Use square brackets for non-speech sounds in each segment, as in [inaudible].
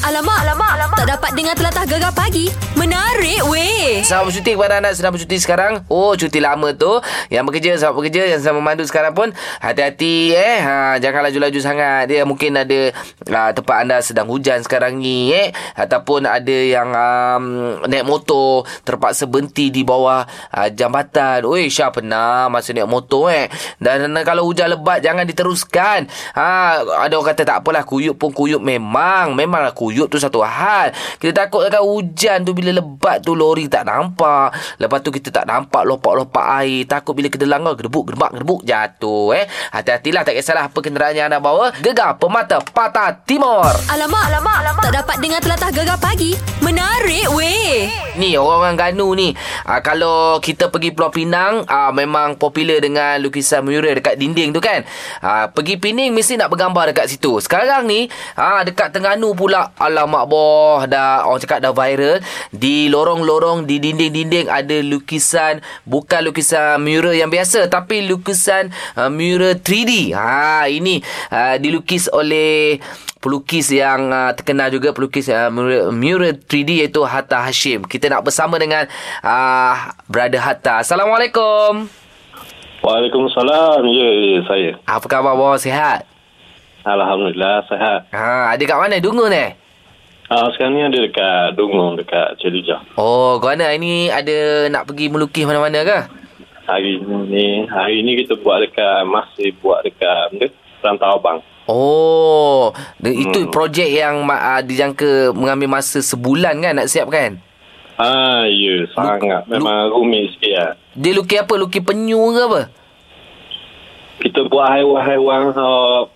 Alamak, alamak, alamak. Tak dapat dengar telatah gegar pagi. Menarik weh. Selamat bercuti kepada anak sedang bercuti sekarang. Oh, cuti lama tu. Yang bekerja, selamat bekerja. Yang sedang memandu sekarang pun, hati-hati eh. Ha, jangan laju-laju sangat. Dia mungkin ada ha, tempat anda sedang hujan sekarang ni eh. Ataupun ada yang um, naik motor terpaksa berhenti di bawah uh, jambatan. Oi, Syah pernah masa naik motor eh. Dan, dan kalau hujan lebat, jangan diteruskan. Ha, ada orang kata tak apalah, kuyup pun kuyup memang. Memanglah kuyup tu satu hal. Kita takut akan hujan tu bila lebat tu lori tak nampak. Lepas tu kita tak nampak lopak-lopak air. Takut bila oh, kita langgar gedebuk, gedebak, gedebuk jatuh eh. Hati-hatilah tak kisahlah apa kenderaan yang anda bawa. Gegar Pemata Patah Timur. Alamak, alamak, alamak. Tak dapat dengar telatah gegar pagi. Menarik weh. Ni orang-orang Ganu ni uh, Kalau kita pergi Pulau Pinang uh, Memang popular dengan lukisan mural dekat dinding tu kan uh, Pergi Pening mesti nak bergambar dekat situ Sekarang ni uh, Dekat Tengganu pula Alamak boh dah Orang cakap dah viral Di lorong-lorong Di dinding-dinding Ada lukisan Bukan lukisan mural yang biasa Tapi lukisan uh, mural 3D ha, Ini uh, dilukis oleh pelukis yang uh, terkenal juga pelukis uh, mural, mural 3D iaitu Hatta Hashim. Kita nak bersama dengan uh, brother Hatta. Assalamualaikum. Waalaikumsalam. Ya, ya saya. Apa khabar bos? Sihat? Alhamdulillah sihat. Ha, ada kat mana? Dungu ni? Ah sekarang ni ada dekat Dungung dekat Celija. Oh, kau mana hari ni ada nak pergi melukis mana-mana ke? Hari ni hari ni kita buat dekat masih buat dekat benda Rantau Abang. Oh, de- hmm. itu Hmm. projek yang uh, dijangka mengambil masa sebulan kan nak siapkan? Ah ya sangat memang rumit sikit lah. Dia lukis apa? Lukis penyu ke apa? Kita buat haiwan-haiwan uh,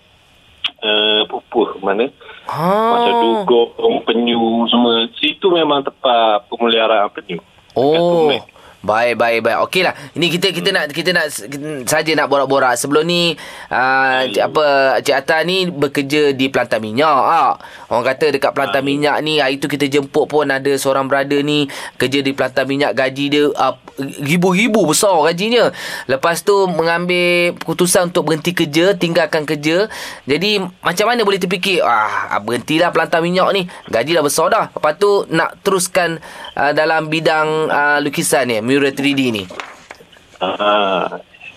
uh, pupuh mana Ha. macam dugong, penyu semua. Situ memang tempat pemeliharaan penyu. Dekat Oh. Tumeh. Baik baik baik. Okeylah. Ini kita kita nak kita nak kita saja nak borak-borak. Sebelum ni uh, cik, apa Cik Atta ni bekerja di Pelantar Minyak ah. Orang kata dekat Pelantar Minyak ni hari tu kita jemput pun ada seorang brother ni kerja di Pelantar Minyak gaji dia uh, ribu-ribu besar gajinya. Lepas tu mengambil keputusan untuk berhenti kerja, tinggalkan kerja. Jadi macam mana boleh terfikir ah berhentilah Pelantar Minyak ni. Gaji dah besar dah. Lepas tu nak teruskan uh, dalam bidang uh, lukisan ni, mural 3D ni. Ah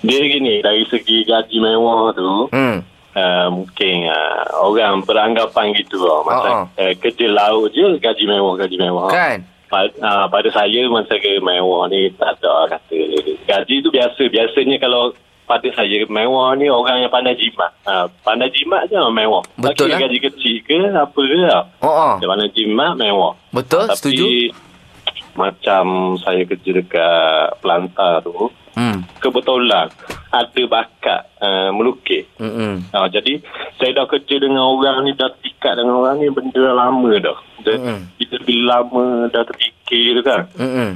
dia gini dari segi gaji mewah tu. Hmm. uh, mungkin uh, orang beranggapan gitu lah. Macam Ha, uh, kerja laut je gaji mewah, gaji mewah. Kan? Pa- uh, pada saya masa ke mewah ni tak ada kata. Gaji tu biasa. Biasanya kalau pada saya mewah ni orang yang pandai jimat. Uh, pandai jimat je orang mewah. Betul Bagi lah. gaji kecil ke apa ke lah. Oh, oh. Dia pandai jimat mewah. Betul? Tapi, Setuju? macam saya kerja dekat Pelantar tu, Hmm. kebetulan ada bakat uh, melukis. Hmm. Ha, jadi saya dah kerja dengan orang ni dah terikat dengan orang ni benda dah lama dah. Dan Mm-mm. kita bila lama dah terfikir tu kan. Hmm.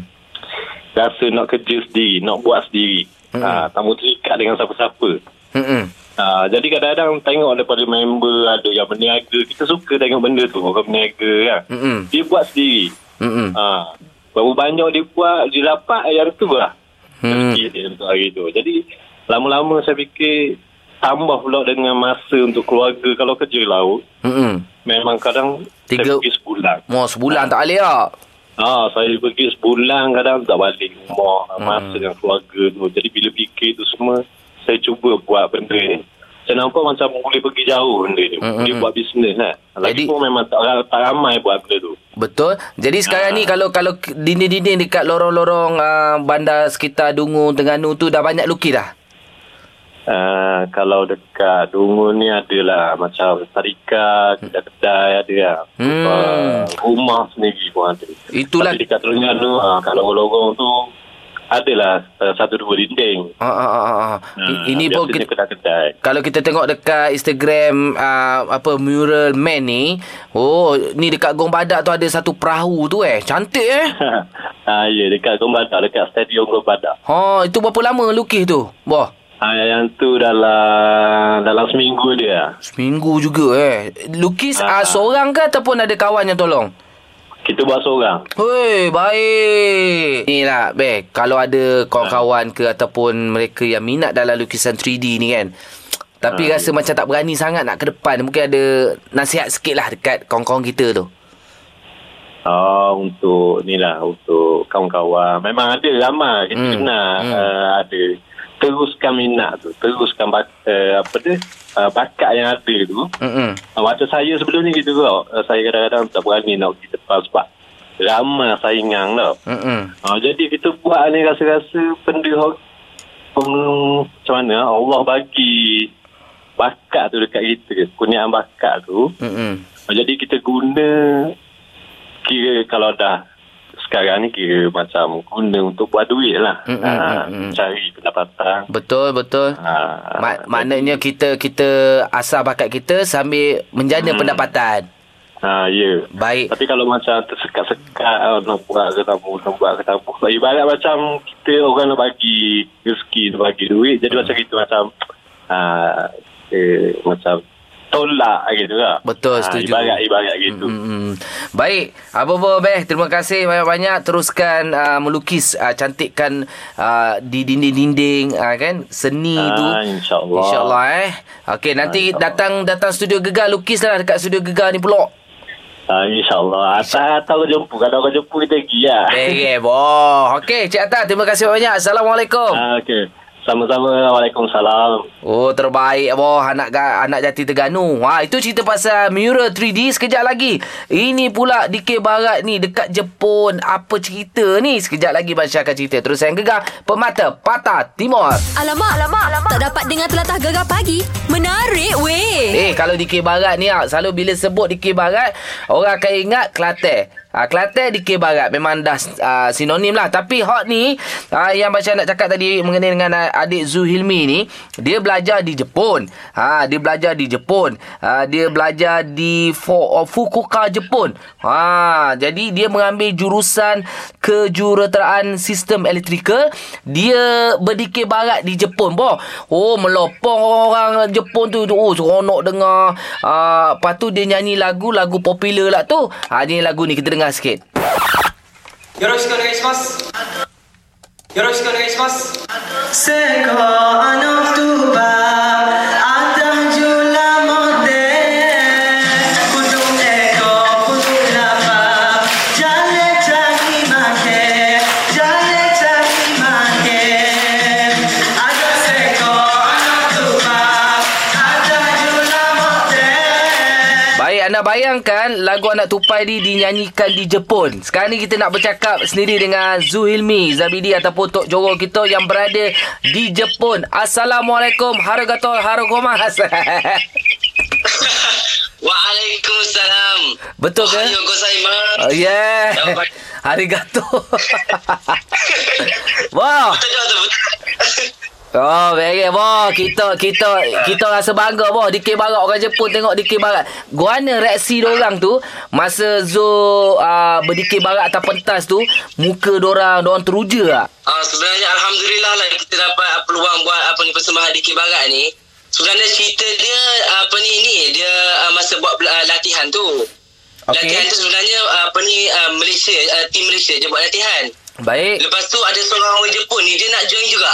Rasa nak kerja sendiri, nak buat sendiri. Ha, tak mau terikat dengan siapa-siapa. Hmm. Ha, jadi kadang-kadang tengok daripada member ada yang berniaga. Kita suka tengok benda tu. Orang berniaga kan. Mm-mm. Dia buat sendiri. Hmm. Ha, berapa banyak dia buat, dia dapat yang tu lah. Hmm. Rezeki dia untuk hari tu. Jadi lama-lama saya fikir tambah pula dengan masa untuk keluarga kalau kerja laut Hmm. memang kadang Tiga- saya pergi sebulan. Mau sebulan tak boleh tak? Ha, saya pergi sebulan kadang tak balik rumah Hmm. masa dengan keluarga tu. Jadi bila fikir tu semua saya cuba buat benda ni. Saya nampak macam boleh pergi jauh benda ni. Hmm, Boleh hmm, buat bisnes kan. Lagi Jadi- pun memang tak, tak ramai buat benda tu. Betul. Jadi sekarang Ah. ni kalau kalau dinding-dinding dekat lorong-lorong uh, bandar sekitar Dungu, Terengganu tu dah banyak lukis dah. Uh, kalau dekat Dungun ni adalah macam Sarika, kedai-kedai ada lah. Hmm. Uh, rumah sendiri pun ada. Itulah- Tapi dekat Terengganu, uh, kalau lorong tu adalah uh, satu dua dinding. Ah, ah, ah, ah, ah. Ah, I- Ini pun biasanya kita, kedai-kedai. kalau kita tengok dekat Instagram uh, apa mural man ni, oh ni dekat Gong Badak tu ada satu perahu tu eh. Cantik eh. ah, ya, dekat Gombada, dekat stadium Gombada. Ha, itu berapa lama lukis tu? Wah, Ah, yang tu dalam dalam seminggu dia. seminggu juga eh. Lukis uh, Ah. seorang ke ataupun ada kawan yang tolong? Kita buat seorang. Hei, baik. Ni lah, Beh. Kalau ada kawan-kawan ke ataupun mereka yang minat dalam lukisan 3D ni kan. Tapi rasa macam tak berani sangat nak ke depan. Mungkin ada nasihat sikit lah dekat kawan-kawan kita tu. uh, untuk ni lah untuk kawan-kawan memang ada lama kita Hmm. hmm. kenal Hmm. hmm. Uh, ada teruskan minat tu teruskan bak, uh, apa dia uh, bakat yang ada tu Mm-mm. uh, waktu saya sebelum ni gitu tau uh, saya kadang-kadang tak berani nak pergi depan sebab lama saingan tau Mm-mm. uh, jadi kita buat ni rasa-rasa benda hok- peng- macam mana Allah bagi bakat tu dekat kita kurniaan bakat tu Mm-mm. jadi kita guna kira kalau dah sekarang ni kira macam guna untuk buat duit lah. Mm, mm, Ha, mm, mm. cari pendapatan. Betul betul. Ha, Ma- maknanya kita kita asah bakat kita sambil menjana Hmm. pendapatan. Ha, ya. Baik. Tapi kalau macam tersekat-sekat ah, nak buat ke tak buat, nak buat ke tak buat. Ibarat macam kita orang nak bagi rezeki, nak bagi duit. Jadi macam kita macam ah, eh, macam tolak gitu lah. Betul, Ah, setuju. Ibarat-ibarat gitu. Mm-mm. Baik, apa-apa Beh, terima kasih banyak-banyak teruskan uh, melukis uh, cantikkan uh, di dinding-dinding uh, kan seni Ah, tu. insyaAllah. Insyaallah eh. Okey, nanti Ah, insyaAllah. datang datang studio Gegar lukislah dekat studio Gegar ni pulak. Ah, InsyaAllah. Atas atau kau jumpa. Kalau kau jumpa kita pergi lah. Eh, boh. Okey, Cik Atta, terima kasih banyak. Assalamualaikum. Ah, Okey. Sama-sama. Waalaikumsalam. Oh terbaik boh anak ga- anak jati Terengganu. Ha itu cerita pasal mural 3D sekejap lagi. Ini pula DK Barat ni dekat Jepun apa cerita ni? Sekejap lagi Basya akan cerita. Terus yang gegar pemata patah timur. Alamak, alamak, alamak. Tak dapat dengar telatah gegar pagi. Menarik weh. Eh kalau DK Barat ni ah, selalu bila sebut DK Barat orang akan ingat Kelantan. Ha, Kelantan DK Barat memang dah uh, sinonim lah Tapi hot ni uh, Yang Baca nak cakap tadi Mengenai dengan ah, adik Zuhilmi ni Dia belajar di Jepun ha, Dia belajar di Jepun ha, Dia belajar di Fo, oh, Fukuoka Jepun ha, Jadi dia mengambil jurusan Kejuruteraan Sistem Elektrikal Dia berdikir barat di Jepun boh. Oh melopong orang-orang Jepun tu Oh seronok dengar uh, Lepas tu dia nyanyi lagu Lagu popular lah tu ha, Ni lagu ni kita dengar sikit よろしくお願いしますよろしくお願いします Baik anda bayangkan Lagu Anak Tupai ni Dinyanyikan di Jepun Sekarang ni kita nak bercakap Sendiri dengan Zuhilmi Zabidi Ataupun Tok Jorol kita Yang berada Di Jepun Assalamualaikum Harugatol Harugomas Waalaikumsalam. [laughs] Betul ke? Ohayou gozaimasu. Oh, yeah [laughs] Dapat. Arigato [laughs] [laughs] Wah Betul tak tu? Betul. Oh, very wah. Kita kita kita rasa bangga wah. DK Barat orang Jepun tengok DK Barat. Guana reaksi orang tu masa Zo uh, berdikir Barat atas pentas tu, muka orang orang teruja ah. Ah, sebenarnya alhamdulillah lah kita dapat ah, peluang buat apa ni persembahan di Kibarat ni. Sebenarnya cerita dia ah, apa ni ni dia ah, masa buat bela- ah, latihan tu. Okey. Latihan tu sebenarnya ah, apa ni ah, Malaysia ah, tim Malaysia je buat latihan. Baik. Lepas tu ada seorang orang Jepun ni dia nak join juga.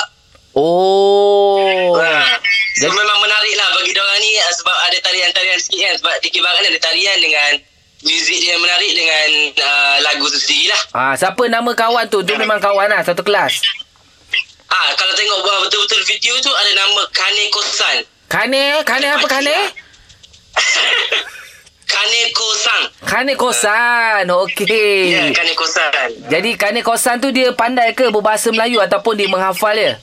Oh. Ah, so Jadi- memang menarik lah bagi diorang ni ah, sebab ada tarian-tarian sikit kan sebab di Kibarat ni ada tarian dengan muzik dia yang menarik dengan ah, lagu tu sendiri lah. Ah, siapa nama kawan tu? Tu memang kawan lah, satu kelas. Ah, kalau tengok buat betul-betul video tu ada nama Kane Kosan. Kane, Kane apa Kane? [laughs] Kane Kosan. Kane Kosan. Okey. Ya, Kane Kosan. Jadi Kane Kosan tu dia pandai ke berbahasa Melayu ataupun dia menghafal dia?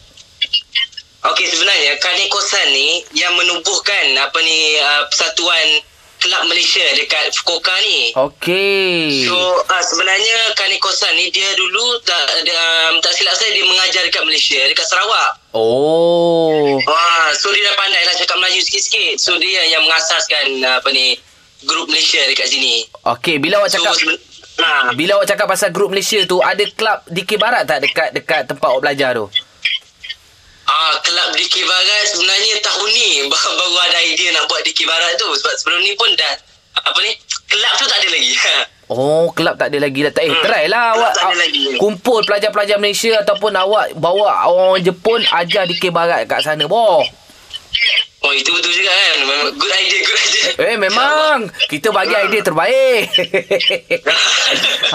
Okey, sebenarnya Kane Kosan ni yang menubuhkan apa ni uh, persatuan kelab Malaysia dekat Fukuoka ni. Okey. So uh, sebenarnya Kane Kosan ni dia dulu tak dia, um, tak silap saya dia mengajar dekat Malaysia, dekat Sarawak. Oh. Wah, so dia dah pandai lah cakap Melayu sikit-sikit. So dia yang mengasaskan uh, apa ni grup Malaysia dekat sini. Okey, bila awak So cakap seben- ha. bila awak cakap pasal grup Malaysia tu, ada klub DK Barat tak dekat dekat tempat awak belajar tu? Ah, kelab DK Barat sebenarnya tahun ni [laughs] baru, baru ada idea nak buat DK Barat tu sebab sebelum ni pun dah apa ni kelab tu tak ada lagi. [laughs] Oh, kelab tak ada lagi dah. Tak eh, Hmm, try kelab lah awak tak ada awak lagi. kumpul pelajar-pelajar Malaysia ataupun awak bawa orang Jepun ajar DK Barat kat sana. Boh. Oh itu betul juga kan Memang Good idea Good idea [laughs] Eh memang Kita bagi Hmm. idea terbaik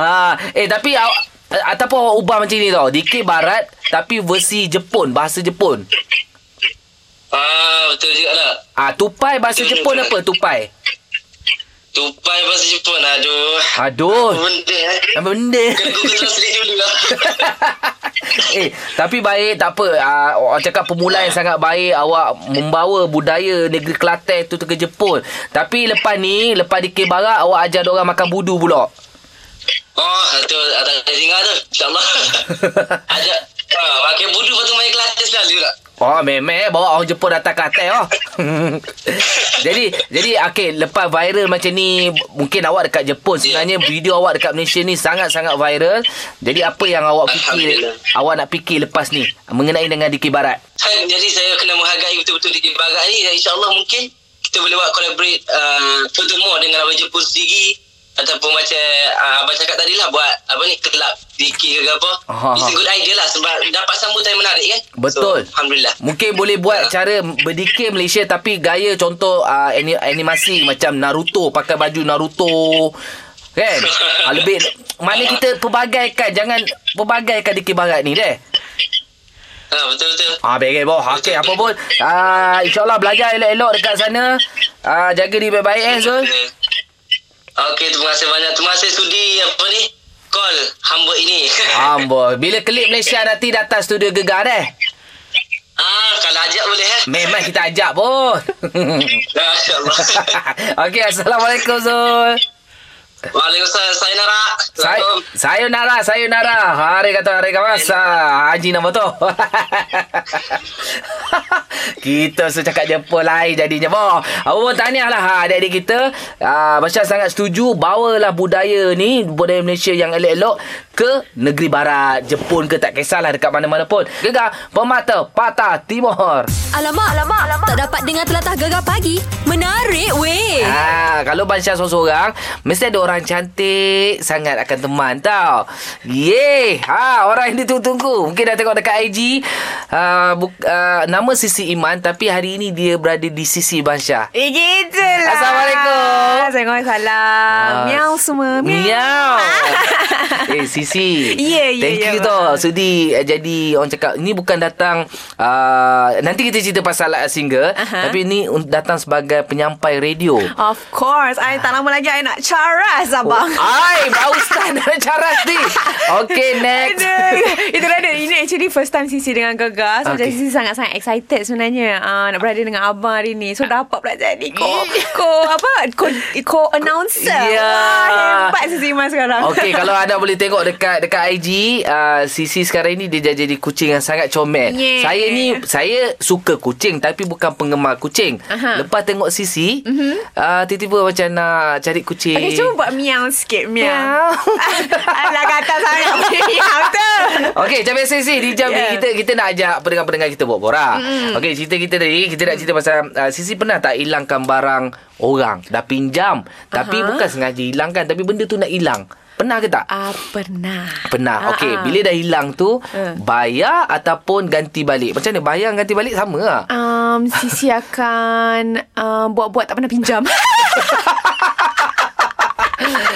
ha, Eh tapi aw, eh, Ataupun awak ubah macam ni tau Dikir barat Tapi versi Jepun Bahasa Jepun Ah betul juga lah Ah, Tupai Hmm. bahasa Jepun apa Tupai Tupai bahasa Jepun Aduh Aduh. Apa Benda eh Apa benda Kena Google Translate dulu lah [laughs] Eh tapi baik tak apa uh, Orang cakap pemula yang sangat baik Awak membawa budaya negeri Kelantan tu ke Jepun Tapi lepas ni Lepas di Kebara Awak ajar orang makan budu pula Oh itu Atas singa tu [laughs] InsyaAllah Ajak ah, Pakai budu Lepas tu main kelas selalu lah Oh memang eh, bawa orang Jepun datang Kelantan oh. [laughs] jadi jadi okey lepas viral macam ni mungkin awak dekat Jepun sebenarnya Ya. video awak dekat Malaysia ni sangat-sangat viral. Jadi apa yang awak fikir Alhamdulillah. awak nak fikir lepas ni mengenai dengan Dikir Barat? Kan, Jadi saya kena menghargai betul-betul Dikir Barat ni dan insyaAllah mungkin kita boleh buat collaborate uh, furthermore dengan Abang Jepun sendiri ataupun macam uh, Abang cakap tadi lah buat apa ni kelab Dikir ke apa Aha. it's a good idea lah sebab dapat sambutan yang menarik kan Betul. so, Alhamdulillah Mungkin boleh [laughs] buat cara berdikir Malaysia tapi gaya contoh uh, ani- animasi macam Naruto pakai baju Naruto [laughs] kan. Ah, lebih mana kita perbagaikan jangan perbagaikan dikir barat ni deh. ha, betul-betul Ah baik boh. Okey apa pun ah insyaallah belajar elok-elok dekat sana. Ah jaga diri baik-baik eh Zul. Okey terima kasih banyak terima kasih sudi apa ni call hamba ini [laughs] Amboi. Bila klip Malaysia nanti datang studio gegar eh? deh. ah kalau ajak boleh eh Memang kita ajak [laughs] pun. Nah, InsyaAllah [laughs] Okey assalamualaikum Zul. Waalaikumsalam Sayonara Saya lah, sayonara, sayonara. Hari kata hari kamasa. [laughs] Haji nama tu. kita suruh cakap Jepun lain jadinya. Boh. Apa pun tahniahlah ha, adik-adik kita. Ah, Masya sangat setuju. Bawalah budaya ni, budaya Malaysia yang elok-elok ke negeri barat. Jepun ke tak kisahlah dekat mana-mana pun. Gegar pemata patah timur. Alamak, alamak, alamak. Tak dapat dengar telatah gegar pagi. Menarik Eh. weh. Ah, kalau Bansyah seorang-seorang, mesti ada orang cantik sangat akan teman tau. Yeay. Ha, orang yang ditunggu-tunggu. Mungkin dah tengok dekat IG. Uh, bu- uh, nama Sisi Iman tapi hari ini dia berada di sisi Bansyah. Eh gitulah Assalamualaikum. Assalamualaikum Ah, Eh, Miau semua [laughs] Miau. eh Sisi. Ya, ya, Thank ya, you Mak. tau. Sudi eh, jadi orang cakap ni bukan datang uh, nanti kita cerita pasal uh, single Aha. tapi ni un- datang sebagai penyampai radio. Of course I tak lama lagi I nak caras abang Oh, Ai, bau stan ada cara ni. Okay, [laughs] next. Aduh, Itulah dia Ini actually first time Sisi dengan Gegar So okay. Okay. Sisi sangat-sangat excited sebenarnya uh, Nak berada dengan abang hari ni So dapat pula [laughs] jadi Ko Ko apa Ko, ko announcer Ya. Wah, Hebat Sisi Mas sekarang Okay, kalau anda boleh tengok dekat dekat IG, uh, Sisi sekarang ini dia dah jadi kucing yang sangat comel. Yeah. Saya ni saya suka kucing tapi bukan penggemar kucing. Aha. Lepas tengok Sisi, mm-hmm. uh, tiba-tiba macam nak cari kucing. Okay, cuba buat miau sikit Miau Miau. [laughs] Alah kata [laughs] sangat Miau tu Ya, Okey, macam biasa Sisi di jam Yeah. ni kita kita nak ajak pendengar-pendengar kita buat borak. Mm. Okey, cerita kita tadi kita nak cerita pasal uh, Sisi pernah tak hilangkan barang orang, dah pinjam tapi Aha. bukan sengaja hilangkan tapi benda tu nak hilang. Pernah ke tak? Ah, pernah. Pernah. ah. Okey, bila dah hilang tu Ah. bayar ataupun ganti balik. Macam mana bayar ganti balik sama lah. Um, Sisi akan um, buat-buat tak pernah [laughs] pinjam.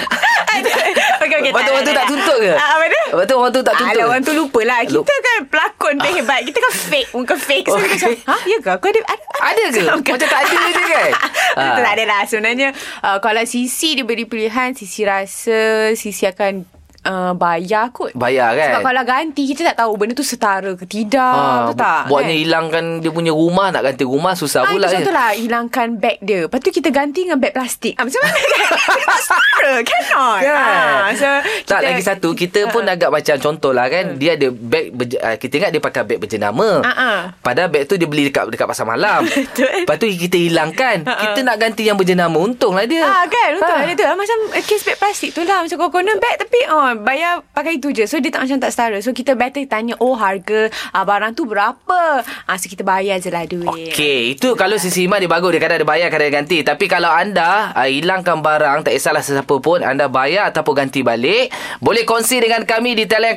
okay, okay, Lepas tu orang tu tak tuntut ke? Ah, apa dia? Lepas tu orang tu tak tuntut. Alah, orang tu lupa lah. Kita Lu- kan pelakon tu hebat. Kita kan fake. Muka fake. So, Okay. okay. macam, ha? Ya ke? Aku ada... Ada, Ada ke? Macam tak ada je kan? Betul Ah. [laughs] tak ada lah. Sebenarnya, uh, kalau Sisi diberi pilihan, Sisi rasa Sisi akan uh, bayar kot. Bayar kan? Sebab kalau ganti, kita tak tahu benda tu setara ke tidak. Ah, betul tak? kan? bu- Buatnya hilangkan dia punya rumah nak ganti rumah susah Ah, pula kan? itu satu lah Hilangkan beg dia Lepas tu kita ganti dengan beg plastik ah, Macam [laughs] mana kan Kita tak setara Cannot Kan? ah, so, Ah, tak lagi satu kita pun agak macam contoh lah kan dia ada beg berje- ah, kita ingat dia pakai beg berjenama Hmm. Ah, ah. padahal beg tu dia beli dekat dekat pasar [laughs] malam Betul. lepas tu kita hilangkan kita nak ganti yang berjenama untunglah dia Ah kan Untuk Ah. ha. tu lah. Macam eh, case beg plastik tu lah Macam kokonan beg Tapi oh, bayar pakai itu je So dia tak macam tak setara So kita better tanya Oh harga ah, barang tu berapa ah, So kita bayar je lah duit Okey, itu kalau sisi iman dia bagus dia kadang ada bayar kadang ada ah, ganti. Tapi kalau anda uh, hilangkan barang tak kisahlah sesiapa pun anda bayar ataupun ganti balik, Boleh kongsi dengan kami di talian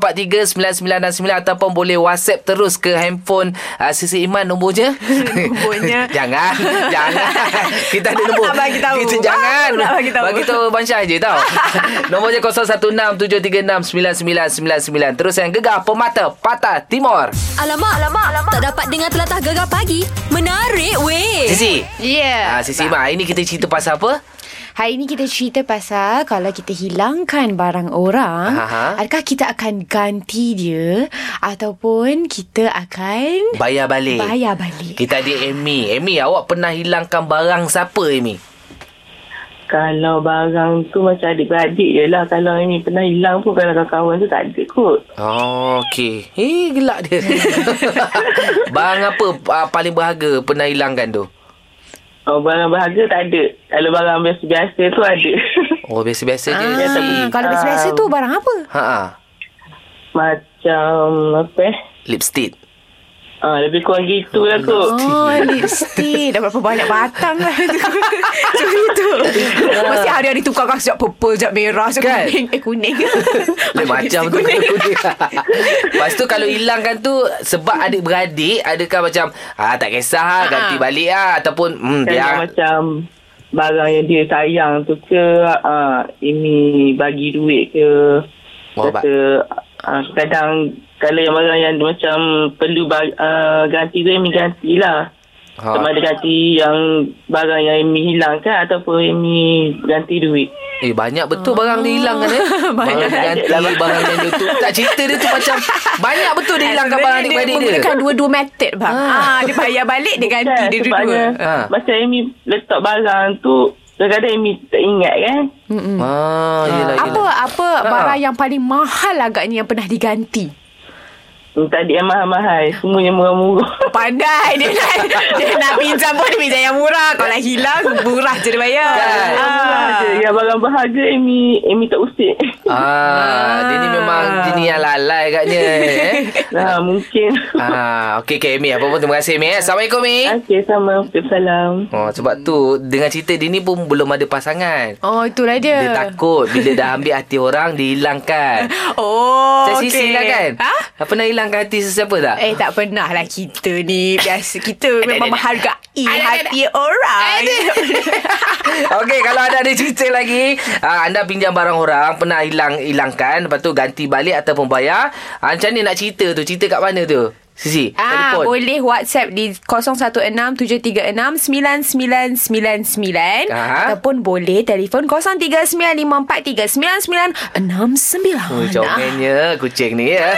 0395439969 ataupun boleh WhatsApp terus ke handphone uh, Sisi Iman [laughs] nombornya. Nombornya. [laughs] jangan, jangan. [laughs] Kita ada Baru nombor. nak bagi tahu. Kita jangan. Baru nak bagi tahu. Bagi tahu Abang Syah je [laughs] tau. nombornya 0167369999. Terus yang gegar pemata patah timur. Alamak, alamak, alamak. Tak dapat dengar telatah gegar pagi. Menarik weh. Sisi. Yeah. Ah, Sisi Iman, hari ni kita cerita pasal apa? Hari ini kita cerita pasal kalau kita hilangkan barang orang, Aha. adakah kita akan ganti dia ataupun kita akan Bayar balik. bayar balik? Kita ada Amy. Amy, awak pernah hilangkan barang siapa, Amy? Kalau barang tu macam adik-beradik je lah. Kalau ini pernah hilang pun kalau kawan-kawan tu tak ada kot. Oh, okey. Eh, gelak dia. [laughs] barang apa uh, paling berharga pernah hilangkan tu? Oh, barang berharga tak ada. Kalau barang biasa-biasa tu ada. [laughs] Oh, biasa-biasa je. Ah, kalau biasa-biasa tu barang apa? Ha ah. macam apa eh. Lipstick. Ah, lebih kurang gitu lah kot. Oh, lipstick. Dah berapa banyak batang lah [laughs] tu. Macam itu. Mesti hari-hari tukar kan sekejap purple, sekejap merah, sekejap Kan? kuning. Eh, kuning. Lain macam tu. Lepas tu kalau hilangkan tu sebab adik-beradik adakah macam ah tak Ha, kisah ah, ganti balik ah ataupun hmm Kalau dia Kan macam barang yang dia sayang tu ke ah, ini bagi duit ke Oh, ba- kata ah, kadang kalau yang barang yang macam perlu ba- ah, ganti tu Amy gantilah Ha. ha. sama ada ganti yang barang yang Amy hilangkan ataupun Amy ganti duit Eh banyak betul barang dia hilang kan eh Barang Banyak. dia ganti lah. Barang yang dia tu [laughs] Tak cerita dia tu macam Banyak betul dia hilangkan barang adik-beradik Dia dia menggunakan dua-dua method bang. Ah, dia bayar balik, dia ganti. Dia dua-dua. ha. Ha. macam Amy letak barang tu kadang-kadang Amy tak ingat kan Ah, yelah, yelah. Apa apa barang yang paling mahal agaknya yang pernah diganti? Hmm, tak ada yang mahal-mahal semuanya murah-murah Oh, Pandai dia nak, [laughs] dia nak pinjam pun dia pinjam yang murah. Kalau hilang murah je dia bayar. Ah. Kan? Murah je. yang barang berharga Amy Amy tak usik Ah, dia ni memang jenis yang lalai agaknya eh. ha, mungkin ah, okey okey Amy, apa pun terima kasih Amy. eh. Assalamualaikum Amy. Okay, sama. Salam. [laughs] Oh, sebab tu dengan cerita dia ni pun belum ada pasangan. Oh, itulah dia. Dia takut bila dah ambil hati orang [laughs] dia hilangkan. Oh, Saya okey. sisi lah kan. Ha? Ha? Pernah hilangkan hati sesiapa tak? Eh tak pernah lah kita ni Biasa kita Oh, memang menghargai hati orang [laughs] Okey, kalau anda ada cerita lagi, uh, anda pinjam barang orang, pernah hilang hilangkan, lepas tu ganti balik ataupun bayar. Uh, macam ni nak cerita tu, cerita kat mana tu? Sisi, Ah, boleh WhatsApp di 0167369999 Aha. ataupun boleh telefon 0395439969. Oh, comelnya kucing ni ya.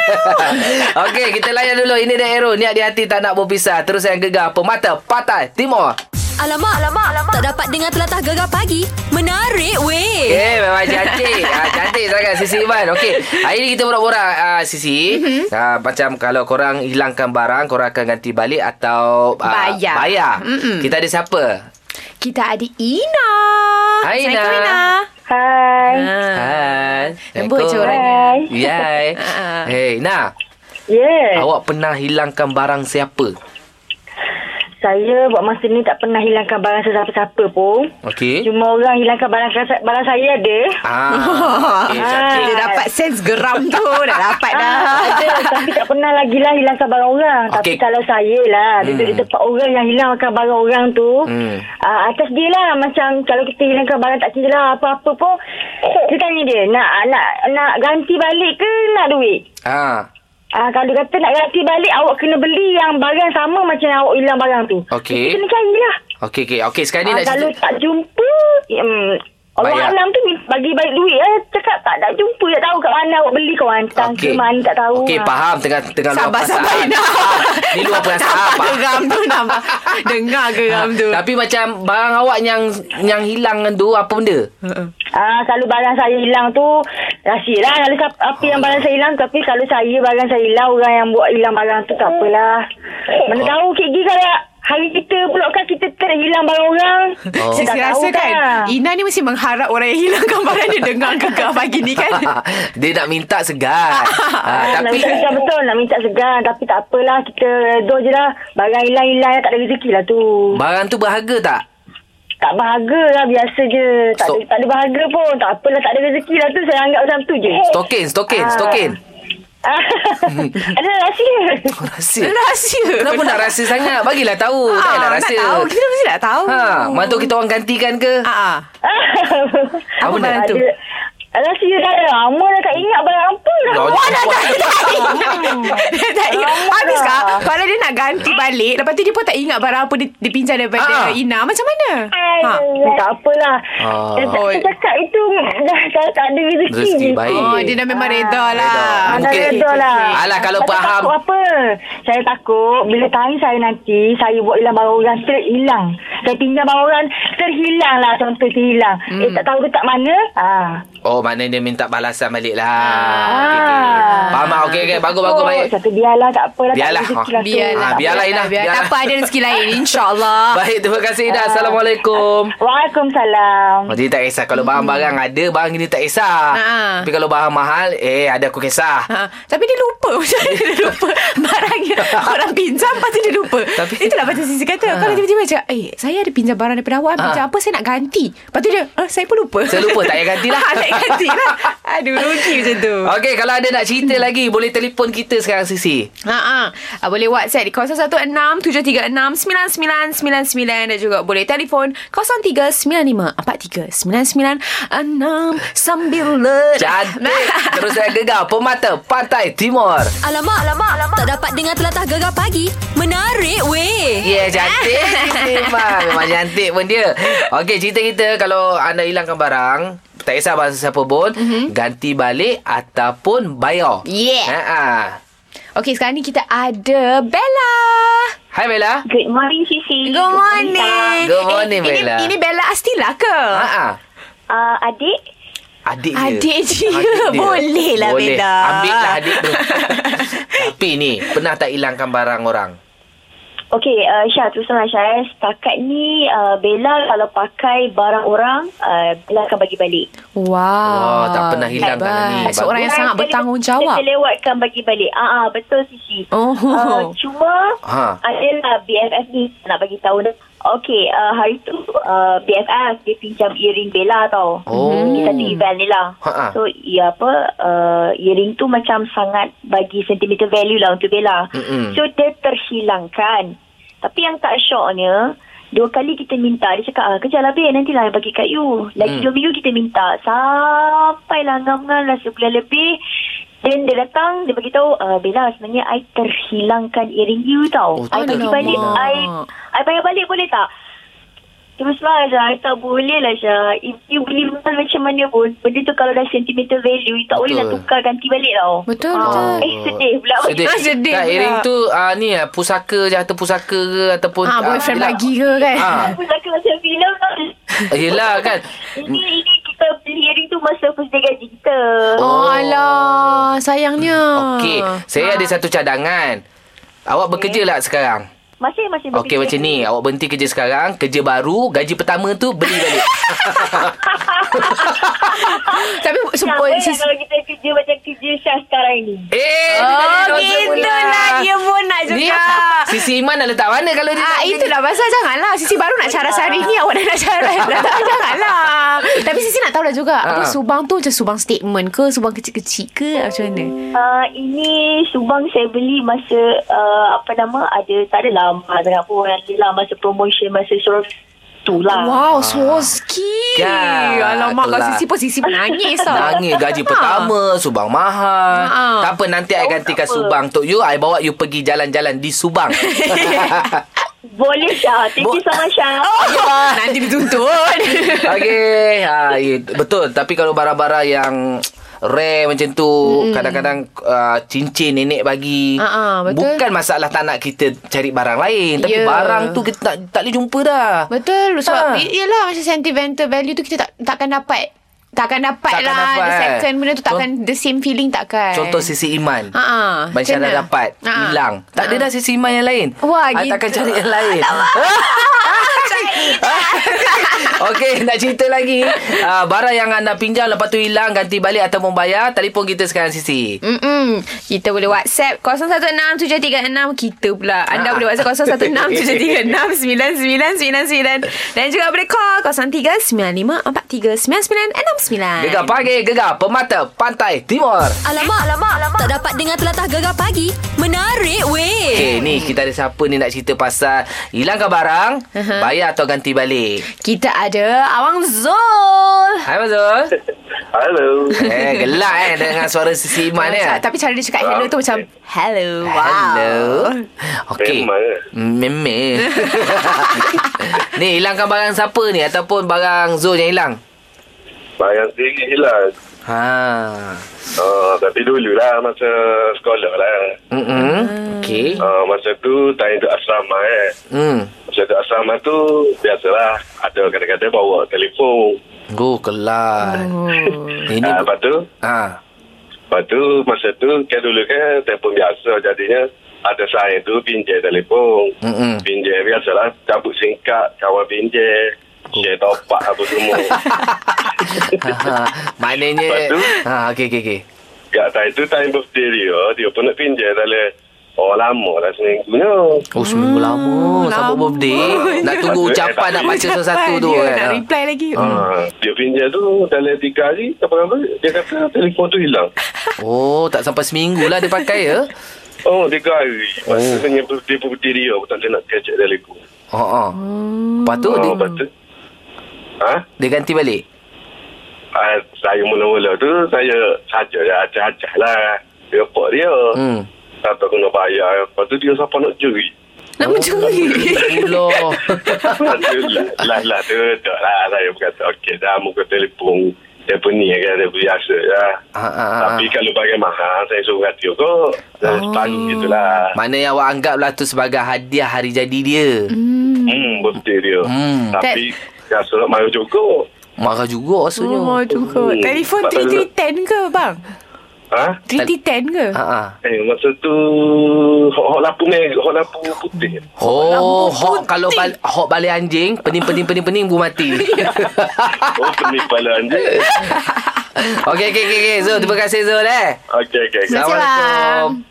[laughs] Okey, kita layan dulu. Ini dia Aero. Niat di hati tak nak berpisah. Terus yang gegar. Pemata, patah, timur. Alamak, alamak, alamak. Tak dapat dengar telatah gegar pagi. Menarik weh. Eh, memang cantik. ah, cantik sangat Sisi Iman. Okey, hari ni kita borak-borak ah, Sisi. Mhm. Mm-hmm. Ah, macam kalau korang hilangkan barang, korang akan ganti balik atau ah, Bayar. bayar. Mm-mm. Kita ada siapa? Kita ada Ina. Hai, Ina. Assalamualaikum Ina. Hai. Hai. Lembut je orangnya. Hai. Yai. Ah. Hey, nah. Yeah. Awak pernah hilangkan barang siapa? Saya buat masa ni tak pernah hilangkan barang sesiapa-siapa pun. Okey. Cuma orang hilangkan barang barang saya ada. [laughs] Ah. Okey, cantik. Kita dapat sense geram tu Dah dapat dah Ah, ada. tapi tak pernah lagi lah hilangkan barang orang. Tapi Okey. kalau saya lah, duduk di tempat orang yang hilangkan barang orang tu, Hmm. ah, atas dia lah. Macam kalau kita hilangkan barang tak kira lah apa-apa pun, kita tanya dia, nak, nak, nak ganti balik ke nak duit? Ah. Ah, kalau dia kata nak ganti balik, awak kena beli yang barang sama macam yang awak hilang barang tu. Kita Okey. kena carilah. Okey, okey. Okey, sekarang ni Ah, nak kalau cerita. tak jumpa, um, Allah Bayar. Alam tu bagi balik duit eh. Cakap tak nak jumpa, tak tahu kat mana awak beli kawan. Tang Okey. ke mana tak tahu. Okey, Ah. faham tengah tengah luar Sabar perasaan. sabar Ina Ni luar perasaan, Nampak Pak. Ah, geram tu Nampak Dengar geram tu Tapi macam barang awak yang yang hilang tu apa benda? Uh-uh. Ah, kalau barang saya hilang tu rahsia lah. Kalau siapa- apa yang barang saya hilang tapi kalau saya barang saya hilang orang yang buat hilang barang tu tak apalah. Mana tahu Cik Gi kalau hari kita pula kan kita terhilang barang orang. Oh. Kita tak [laughs] Saya tahu rasa kan, kan. Ina ni mesti mengharap orang yang hilangkan barang Eh, dia [laughs] dengar gegar pagi ni kan. Dia nak minta [laughs] segan. ah, Nak tapi minta segan betul Nak minta segan Tapi tak apalah Kita redoh je lah Barang hilang-hilang Tak ada rezeki lah tu barang tu berharga tak? tak berharga lah biasa je. Tak, So- ada, tak ada berharga pun. Tak apalah tak ada rezeki lah tu. Saya anggap macam tu je. Stokin, stokin, Ah. stokin. Ah, [laughs] ada rahsia. Oh, rahsia. Rahsia. Kenapa nak rahsia sangat? Bagilah Ah, tahu. tak payahlah nak rahsia. tahu. Kita mesti nak tahu. Ha, mana tahu kita orang gantikan ke? Ah, [laughs] ah. Apa benda barang tu? Ada- Rahsia dah lama dah tak ingat barang apa lah. Lawak Wah, dah perempuan. tak [laughs] [laughs] Dia tak ingat. Habis kak, kalau dia nak ganti balik, lepas tu dia pun tak ingat barang apa dia, dia pinjam Ah. daripada Ina. Macam mana? Ha. Ay, Tak apalah. Ah. Saya tak- saya cakap itu [laughs] dah, dah tak ada rezeki. Rezeki je. baik. Oh, dia dah memang reda lah. Reda. Ah, dah Mungkin- reda lah. Alah, kalau Saya faham. takut apa. Saya takut bila time saya nanti, saya buat hilang barang orang, straight hilang. Saya pinjam barang orang, terhilang lah contoh terhilang. Eh, Hmm. tak tahu dekat mana. Ah. Oh, maknanya dia minta balasan balik lah. Ah. Ah. Okay, okay. Faham tak? Okey, okey. Bagus, bagus, baik. Kata biarlah, tak apalah. Biarlah. Tak ada rezeki lah tu. Biarlah. Ah, biarlah, Ina. Biar, Biarlah. tak apa ada rezeki lain insyaAllah. Baik, terima kasih Ida. Assalamualaikum. Waalaikumsalam. Oh, jadi tak kisah Kalau barang-barang ada Barang ni tak kisah Ha. Tapi kalau barang mahal Eh ada aku kisah Ha, tapi dia lupa Macam mana [laughs] dia lupa Barangnya Orang pinjam Lepas tu dia lupa Tapi- tapi, Itulah macam Sisi kata Ha. Kalau tiba-tiba macam Eh saya ada pinjam barang daripada awak Ha. Pinjam apa saya nak ganti Lepas tu dia eh, Saya pun lupa Saya lupa, tak payah ganti lah. [laughs] Ah, Tak payah ganti lah Aduh rugi macam tu Okey kalau ada nak cerita lagi Boleh telefon kita sekarang Sisi Ha ah. Boleh WhatsApp di 0167369999 dan juga boleh telefon 0395439996 sambil le. Cantik Terus saya gegar Pemata Pantai Timur Alamak, alamak, alamak. Tak dapat dengar telatah gegar pagi. Menarik weh. Ya yeah, cantik Memang Ah, Memang cantik pun dia Okey cerita kita Kalau anda hilangkan barang tak kisah bahasa siapa pun mm-hmm. Ganti balik Ataupun bayar Mhm. Eh, ah, Yeah. Ha-ha. Okey, sekarang ni kita ada Bella. Hai Bella Good morning, Sisi. Good morning. Good morning, eh, Bella. Ini, ini Bella Astila ke? Ha-ha. Uh, adik, Adik dia Adik dia. [laughs] Boleh lah, Boleh Bella. Ambil lah adik tu [laughs] Tapi ni Pernah tak hilangkan barang orang Okey, uh, Syah, terus terang Syah. eh. Setakat ni, uh, Bella kalau pakai barang orang, uh, Bella akan bagi balik. Wow. Wah, tak pernah hilangkan lah Hebat. ni. Bagus. Seorang Orang yang sangat terle- bertanggungjawab. Terlewatkan bagi balik. Ah, ah betul Sisi. Oh. Ah, cuma Ha. adalah BFF ni nak bagi tahu dia. Okey, uh, hari tu uh, BFF dia pinjam earring Bella tau. Oh. Kita tu event ni lah. Ha, ha. So, ya apa, uh, earring tu macam sangat bagi sentimental value lah untuk Bella. Mm-mm. So, dia terhilangkan. Tapi yang tak syoknya, dua kali kita minta. Dia cakap, ah, kejar lah Bel, nantilah bagi kat you. Lagi Mm. dua minggu kita minta. Sampailah ngam-ngam lah sebulan lebih. Then dia datang, dia beritahu, uh, Bella sebenarnya I terhilangkan earring you tau. Oh, I bagi alamak. balik, I, I bayar balik boleh tak? Terus lah Syah, I tak boleh lah Syah. If you beli mahal macam mana pun, benda tu kalau dah sentimental value, you tak boleh nak Betul. tukar ganti balik tau. Betul, Ah. betul. Eh, [laughs] sedih pula. Oh. Sedih. Ah, Oh, [laughs] sedih Tak, pula. earring tu uh, ni lah, pusaka je harta pusaka ke ataupun Ah, boyfriend yelah. bagi ke kan? Ah. [laughs] Aku tak macam film [laughs] tau. Yelah kan. Ini, ini kita beli earring tu masa first day gaji kita. Oh, alah, sayangnya. Okey, Ah, Ah. saya ada satu cadangan. Awak bekerja lah sekarang. Masih, masih. Okey macam ni, awak berhenti kerja sekarang, kerja baru, gaji pertama tu beli [laughs] balik. Tapi Sama support lah kalau kita kerja macam kerja Syah sekarang ni. eh, dia tak Oh, ada dosa pula. gitulah dia pun nak Ni, juga. Sisi Iman nak letak mana kalau dia Ah, nak itulah pasal janganlah Sisi baru nak cara sehari ni Awak dah nak cara [laughs] dah tak, Janganlah Tapi Sisi nak tahu lah juga Apa Ah. Oh. subang tu Macam subang statement ke Subang kecil-kecil ke Macam mana Uh, ini Subang saya beli masa uh, apa nama ada tak ada lama sangat pun ada lah masa promotion masa suruh tu lah. Wow Swarovski Kan, Eh, Alamak kalau itulah. Sisi pun Sisi menangis tau Nangis gaji Ah. pertama Subang mahal Ha. Tak apa nanti I Oh, gantikan tak apa. Subang Untuk you I bawa you pergi jalan-jalan di [laughs] Subang Boleh Syah. Thank you Bo- so much Syah. Nanti [laughs] dituntut Okay ha, ya, Betul Tapi kalau barang-barang yang Rare macam tu Kadang-kadang uh, Cincin nenek bagi Ah, ah, betul. Bukan masalah tak nak kita Cari barang lain Tapi Ya. barang tu Kita tak, tak boleh jumpa dah Betul Sebab Ha. ha. Yelah macam sentimental value tu Kita tak takkan dapat Takkan dapat Takkan lah dapat. The second benda tu Takkan the same feeling takkan Contoh sisi iman Ha, ha. Macam Macam dah mana? dapat Ha, ha. Hilang Tak ada dah sisi iman yang lain Wah, I [laughs] gitu. Takkan cari yang lain Macam [laughs] Okey, nak cerita lagi. Uh, barang yang anda pinjam lepas tu hilang, ganti balik atau membayar, telefon kita sekarang Sisi. Mm-mm. Kita boleh WhatsApp 016736 kita pula. Anda Ah. boleh WhatsApp 0167369999 dan juga boleh call 0395439969. Gegar pagi, gegar pemata pantai timur. Alamak, alamak, alamak. Tak dapat dengar telatah gegar pagi. Menarik weh. Okey, ni kita ada siapa ni nak cerita pasal hilangkan barang, Aha. bayar atau ganti balik. Kita ada Awang Zul. Hai [laughs] Mazul. Hello. eh, gelak eh dengan suara Sisi Iman ni. eh. Macam- Tapi cara dia cakap hello tu macam hello. Wow. Hello. Okey. Mm, Memang, eh? Memang. [laughs] ni hilangkan barang siapa ni ataupun barang Zul yang hilang? Bayang sendiri hilang. Ha. Uh, tapi dululah masa sekolah lah. Mm-mm. Okey. Uh, masa tu tanya tu asrama eh. Hmm. Masa tu asrama tu biasalah ada kadang-kadang bawa telefon. Go kelar. Oh. Eh, Ini Ah, lepas tu, ha. lepas tu masa tu kan dulu kan telefon biasa jadinya ada saya tu pinjam telefon. Mm-mm. Pinjam biasalah cabut singkat, kawan pinjam. Share top up apa [laughs] semua. [laughs] ha. Maknanya Lepas tu? ha okey okey okey. Kat Ya, time tu time birthday dia, dia pun nak pinjam dalam Oh lama lah seminggu ni. Oh seminggu hmm, lama Sambut lama. birthday Nak tunggu Lepas tu, ucapan eh, Nak baca Cepat satu-satu tu dia kan Nak reply lagi. Ah, dia pinjam tu dalam tiga hari tak apa-apa dia kata telefon tu hilang [laughs] Oh tak sampai seminggu lah dia pakai ya oh tiga hari Oh. maksudnya oh. dia berhenti dia aku tak boleh nak kacak telefon Ha ah. Hmm. Lepas tu oh, dia, lepas tu ha? dia ganti balik Ah, saya mula-mula tu saya saja ya acah-acah lah dia pak dia Hmm tak tahu kena bayar lepas tu dia siapa nak curi Nak mencuri. Pula Lepas tu, [laughs] lah lah lah tu tak lah saya berkata okey dah muka telefon telefon ni kan dia biasa ya ha, ha, ha. tapi kalau bagi mahal saya suruh hati kok dan oh. gitulah Mana yang awak anggaplah tu sebagai hadiah hari jadi dia Hmm, betul dia. Hmm. Tapi kasut malu cukup. Marah juga rasanya Oh, cukup. Hmm. Telefon 3310 ke bang? Ha? 3310 ke? Ha ah. Eh, masa tu hok hok lapu merah, hok lapu putih. Oh, Lampu hok putih. kalau bal, hok balik anjing, pening-pening-pening-pening bu [laughs] mati. Ya. Oh, pening kepala [laughs] anjing. Okey okey okey okey. Zul, terima kasih Zul eh. Okey, okey. okey. kasih,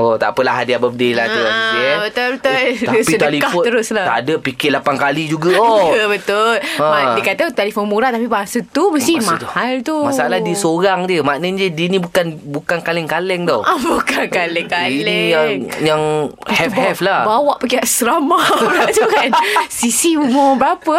Oh, tak apalah hadiah birthday lah tu Ah, Aziz, eh. betul, betul. Tapi Sedekah telefon terus lah. Tak ada fikir 8 kali juga. [laughs] Oh. Ya betul Ha. ha. Mak, Dia kata "Oh." telefon murah Tapi masa tu Mesti Masa tu- mahal tu Masalah dia seorang dia. Maknanya dia ni bukan bukan kaleng-kaleng tau. ah, Bukan Ini yang kaleng-kaleng yang have have lah. [laughs] Bawa pergi asrama [laughs] Orang tu kan Sisi umur berapa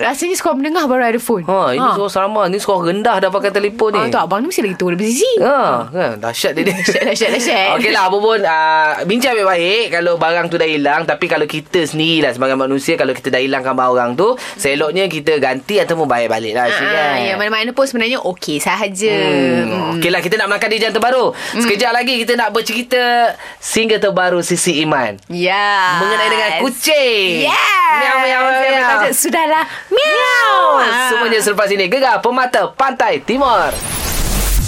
Rasanya sekolah menengah Baru ada phone Ha, ini sekolah sama, ni sekolah rendah dah pakai telefon ni. Ah, tu abang ni mesti lagi tua daripada Sisi Ha, kan dahsyat dia [laughs] ni. Dahsyat, dahsyat, dahsyat. [laughs] Okey lah, apa pun uh, bincang baik-baik kalau barang tu dah hilang. Tapi kalau kita sendirilah sebagai manusia, kalau kita dah hilangkan barang orang tu, seloknya kita ganti ataupun bayar balik lah. Syed, Hmm. Ah, kan? ya, mana-mana pun sebenarnya okey sahaja. Hmm. Okey lah, kita nak melangkah di jam terbaru. Hmm. Sekejap lagi kita nak bercerita single terbaru Sisi Iman. Ya. Mengenai dengan kucing. Yes. Miau, miau, miau, Yang miau. bertajuk Sudahlah. Miau. Ah. Semuanya selepas ini. Gegar Pemata Pantai Timur.